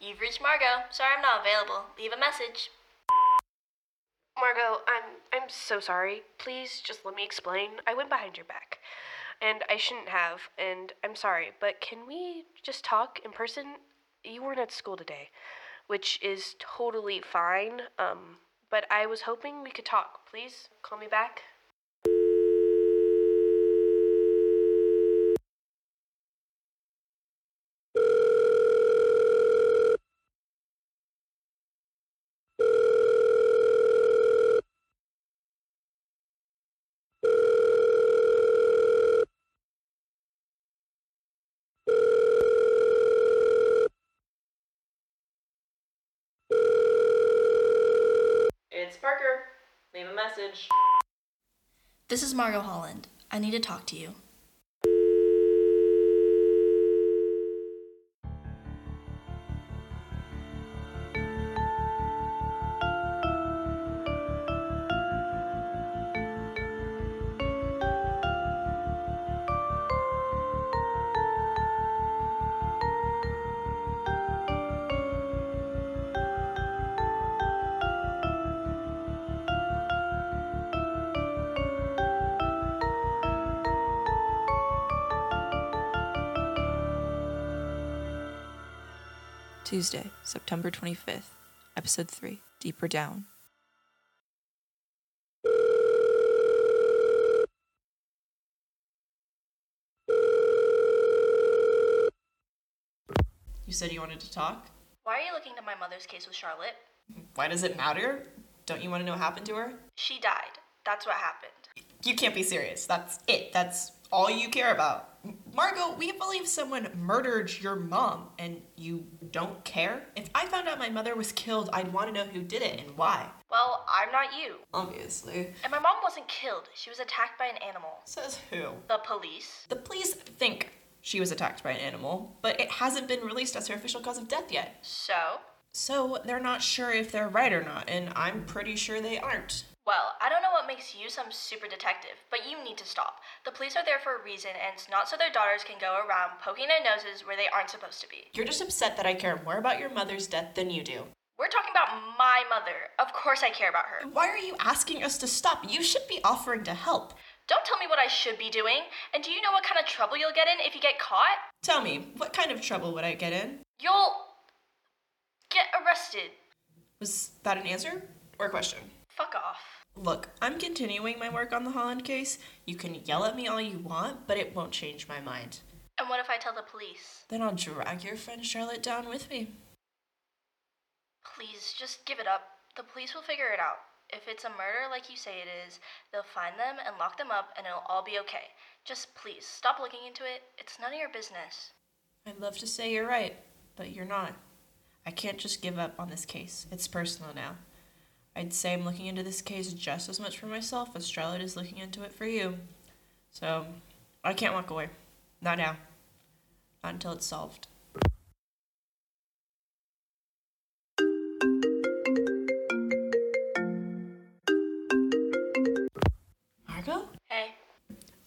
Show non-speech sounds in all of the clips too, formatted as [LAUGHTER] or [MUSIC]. You've reached Margot. Sorry I'm not available. Leave a message. Margot, I'm I'm so sorry. Please just let me explain. I went behind your back. And I shouldn't have, and I'm sorry, but can we just talk in person? You weren't at school today, which is totally fine. Um, but I was hoping we could talk. Please call me back. It's Parker. Leave a message. This is Margot Holland. I need to talk to you. Tuesday, September 25th, Episode 3 Deeper Down. You said you wanted to talk? Why are you looking at my mother's case with Charlotte? Why does it matter? Don't you want to know what happened to her? She died. That's what happened. You can't be serious. That's it. That's all you care about. Margot, we believe someone murdered your mom and you don't care? If I found out my mother was killed, I'd want to know who did it and why. Well, I'm not you. Obviously. And my mom wasn't killed. She was attacked by an animal. Says who? The police. The police think she was attacked by an animal, but it hasn't been released as her official cause of death yet. So? So they're not sure if they're right or not, and I'm pretty sure they aren't. Well, I don't know what makes you some super detective, but you need to stop. The police are there for a reason, and it's not so their daughters can go around poking their noses where they aren't supposed to be. You're just upset that I care more about your mother's death than you do. We're talking about my mother. Of course I care about her. Why are you asking us to stop? You should be offering to help. Don't tell me what I should be doing. And do you know what kind of trouble you'll get in if you get caught? Tell me, what kind of trouble would I get in? You'll get arrested. Was that an answer or a question? Fuck off. Look, I'm continuing my work on the Holland case. You can yell at me all you want, but it won't change my mind. And what if I tell the police? Then I'll drag your friend Charlotte down with me. Please just give it up. The police will figure it out. If it's a murder like you say it is, they'll find them and lock them up and it'll all be okay. Just please stop looking into it. It's none of your business. I'd love to say you're right, but you're not. I can't just give up on this case. It's personal now. I'd say I'm looking into this case just as much for myself as Charlotte is looking into it for you. So, I can't walk away. Not now. Not until it's solved. Margot? Hey,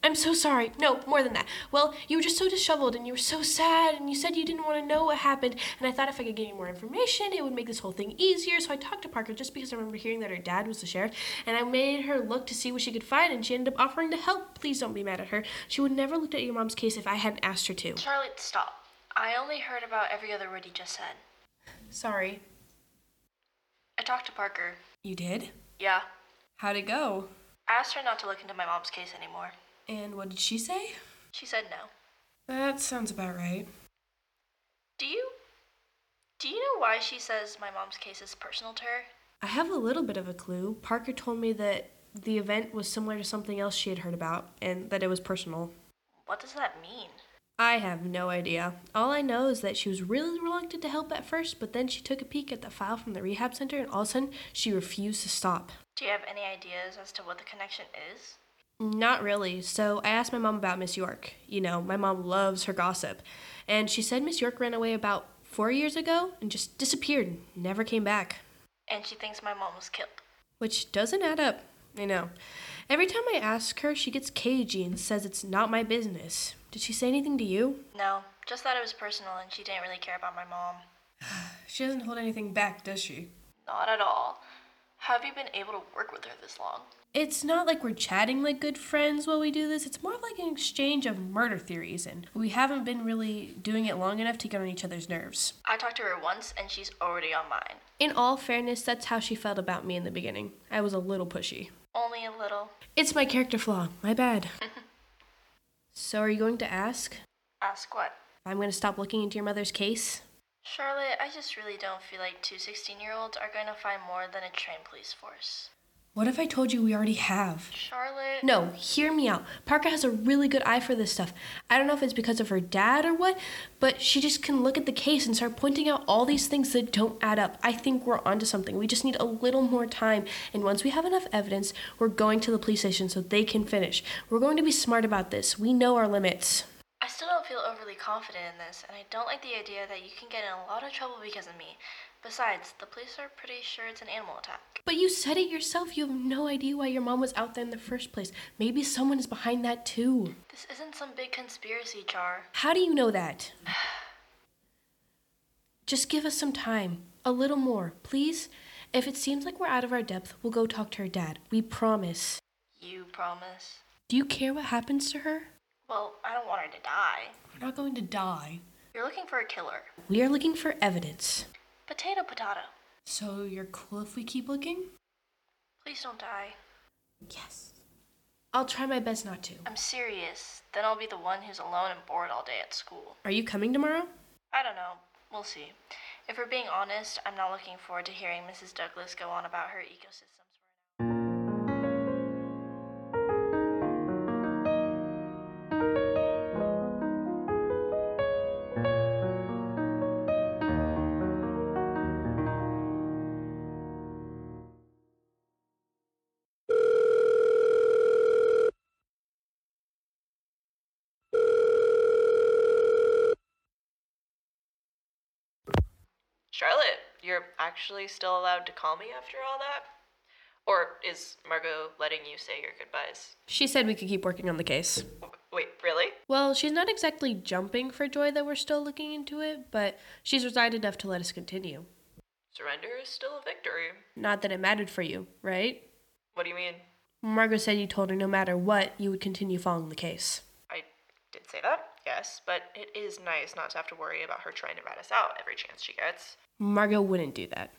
I'm so sorry. No, more than that. Well, you were just so disheveled and you were so sad and you said you didn't want to know what happened. And I thought if I could get you more information, it would make this whole thing easier. So I talked to Parker just because I remember hearing that her dad was the sheriff. And I made her look to see what she could find and she ended up offering to help. Please don't be mad at her. She would never looked at your mom's case if I hadn't asked her to. Charlotte, stop. I only heard about every other word you just said. Sorry. I talked to Parker. You did? Yeah. How'd it go? I asked her not to look into my mom's case anymore. And what did she say? She said no. That sounds about right. Do you do you know why she says my mom's case is personal to her? I have a little bit of a clue. Parker told me that the event was similar to something else she had heard about and that it was personal. What does that mean? I have no idea. All I know is that she was really reluctant to help at first, but then she took a peek at the file from the rehab center and all of a sudden she refused to stop. Do you have any ideas as to what the connection is? Not really. So I asked my mom about Miss York. You know, my mom loves her gossip. And she said Miss York ran away about four years ago and just disappeared, and never came back. And she thinks my mom was killed. Which doesn't add up. I know. Every time I ask her, she gets cagey and says it's not my business. Did she say anything to you? No, just that it was personal and she didn't really care about my mom. She doesn't hold anything back, does she? Not at all. How have you been able to work with her this long? It's not like we're chatting like good friends while we do this. It's more of like an exchange of murder theories, and we haven't been really doing it long enough to get on each other's nerves. I talked to her once and she's already on mine. In all fairness, that's how she felt about me in the beginning. I was a little pushy. Only a little. It's my character flaw. My bad. [LAUGHS] so, are you going to ask? Ask what? I'm going to stop looking into your mother's case? Charlotte, I just really don't feel like two 16 year olds are going to find more than a trained police force. What if I told you we already have? Charlotte. No, hear me out. Parker has a really good eye for this stuff. I don't know if it's because of her dad or what, but she just can look at the case and start pointing out all these things that don't add up. I think we're onto something. We just need a little more time, and once we have enough evidence, we're going to the police station so they can finish. We're going to be smart about this. We know our limits. I still don't feel overly confident in this, and I don't like the idea that you can get in a lot of trouble because of me. Besides, the police are pretty sure it's an animal attack. But you said it yourself. You have no idea why your mom was out there in the first place. Maybe someone is behind that too. This isn't some big conspiracy, Char. How do you know that? [SIGHS] Just give us some time. A little more, please. If it seems like we're out of our depth, we'll go talk to her dad. We promise. You promise. Do you care what happens to her? Well, I don't want her to die. We're not going to die. You're looking for a killer. We are looking for evidence. Potato, potato. So you're cool if we keep looking? Please don't die. Yes. I'll try my best not to. I'm serious. Then I'll be the one who's alone and bored all day at school. Are you coming tomorrow? I don't know. We'll see. If we're being honest, I'm not looking forward to hearing Mrs. Douglas go on about her ecosystems. Charlotte, you're actually still allowed to call me after all that? Or is Margot letting you say your goodbyes? She said we could keep working on the case. W- Wait, really? Well, she's not exactly jumping for joy that we're still looking into it, but she's resigned enough to let us continue. Surrender is still a victory. Not that it mattered for you, right? What do you mean? Margot said you told her no matter what, you would continue following the case. I did say that, yes, but it is nice not to have to worry about her trying to rat us out every chance she gets. Margot wouldn't do that.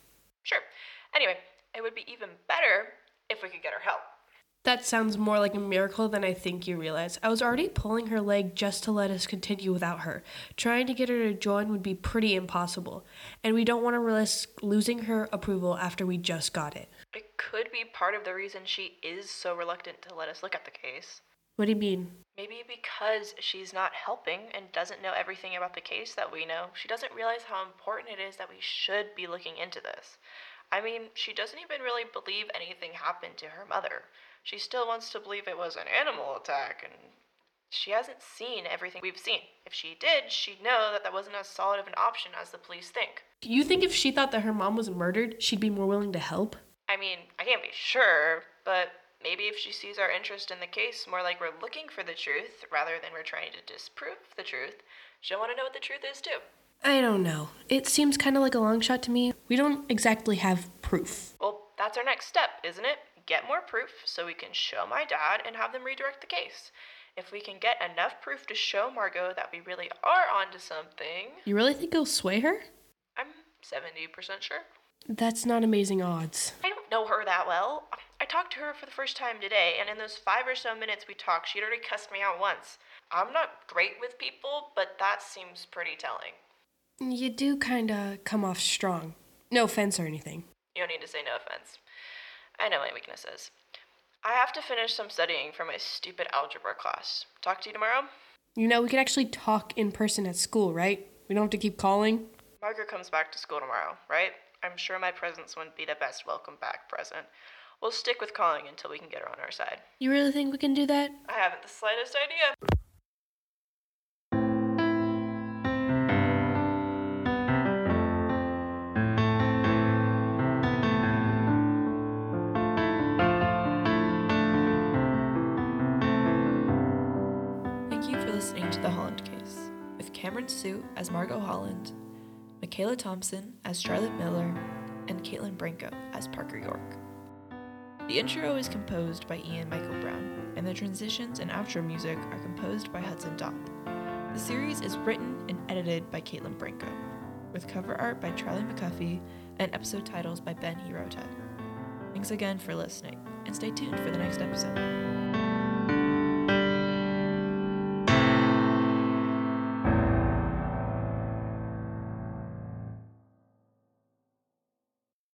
Sure. Anyway, it would be even better if we could get her help. That sounds more like a miracle than I think you realize. I was already pulling her leg just to let us continue without her. Trying to get her to join would be pretty impossible, and we don't want to risk losing her approval after we just got it. It could be part of the reason she is so reluctant to let us look at the case. What do you mean? Maybe because she's not helping and doesn't know everything about the case that we know, she doesn't realize how important it is that we should be looking into this. I mean, she doesn't even really believe anything happened to her mother. She still wants to believe it was an animal attack, and she hasn't seen everything we've seen. If she did, she'd know that that wasn't as solid of an option as the police think. You think if she thought that her mom was murdered, she'd be more willing to help? I mean, I can't be sure, but maybe if she sees our interest in the case more like we're looking for the truth rather than we're trying to disprove the truth, she'll want to know what the truth is too. I don't know. It seems kind of like a long shot to me. We don't exactly have proof. Well, that's our next step, isn't it? Get more proof so we can show my dad and have them redirect the case. If we can get enough proof to show Margot that we really are onto something, You really think it'll sway her? I'm 70% sure. That's not amazing odds. I don't know her that well. I talked to her for the first time today, and in those five or so minutes we talked, she'd already cussed me out once. I'm not great with people, but that seems pretty telling. You do kind of come off strong. No offense or anything. You don't need to say no offense. I know my weaknesses. I have to finish some studying for my stupid algebra class. Talk to you tomorrow? You know, we could actually talk in person at school, right? We don't have to keep calling. Margaret comes back to school tomorrow, right? I'm sure my presence wouldn't be the best welcome back present. We'll stick with calling until we can get her on our side. You really think we can do that? I haven't the slightest idea. Thank you for listening to The Holland Case with Cameron Sue as Margot Holland, Michaela Thompson as Charlotte Miller, and Caitlin Branco as Parker York. The intro is composed by Ian Michael Brown, and the transitions and outro music are composed by Hudson Dopp. The series is written and edited by Caitlin Branco, with cover art by Charlie McCuffey and episode titles by Ben Hirota. Thanks again for listening, and stay tuned for the next episode.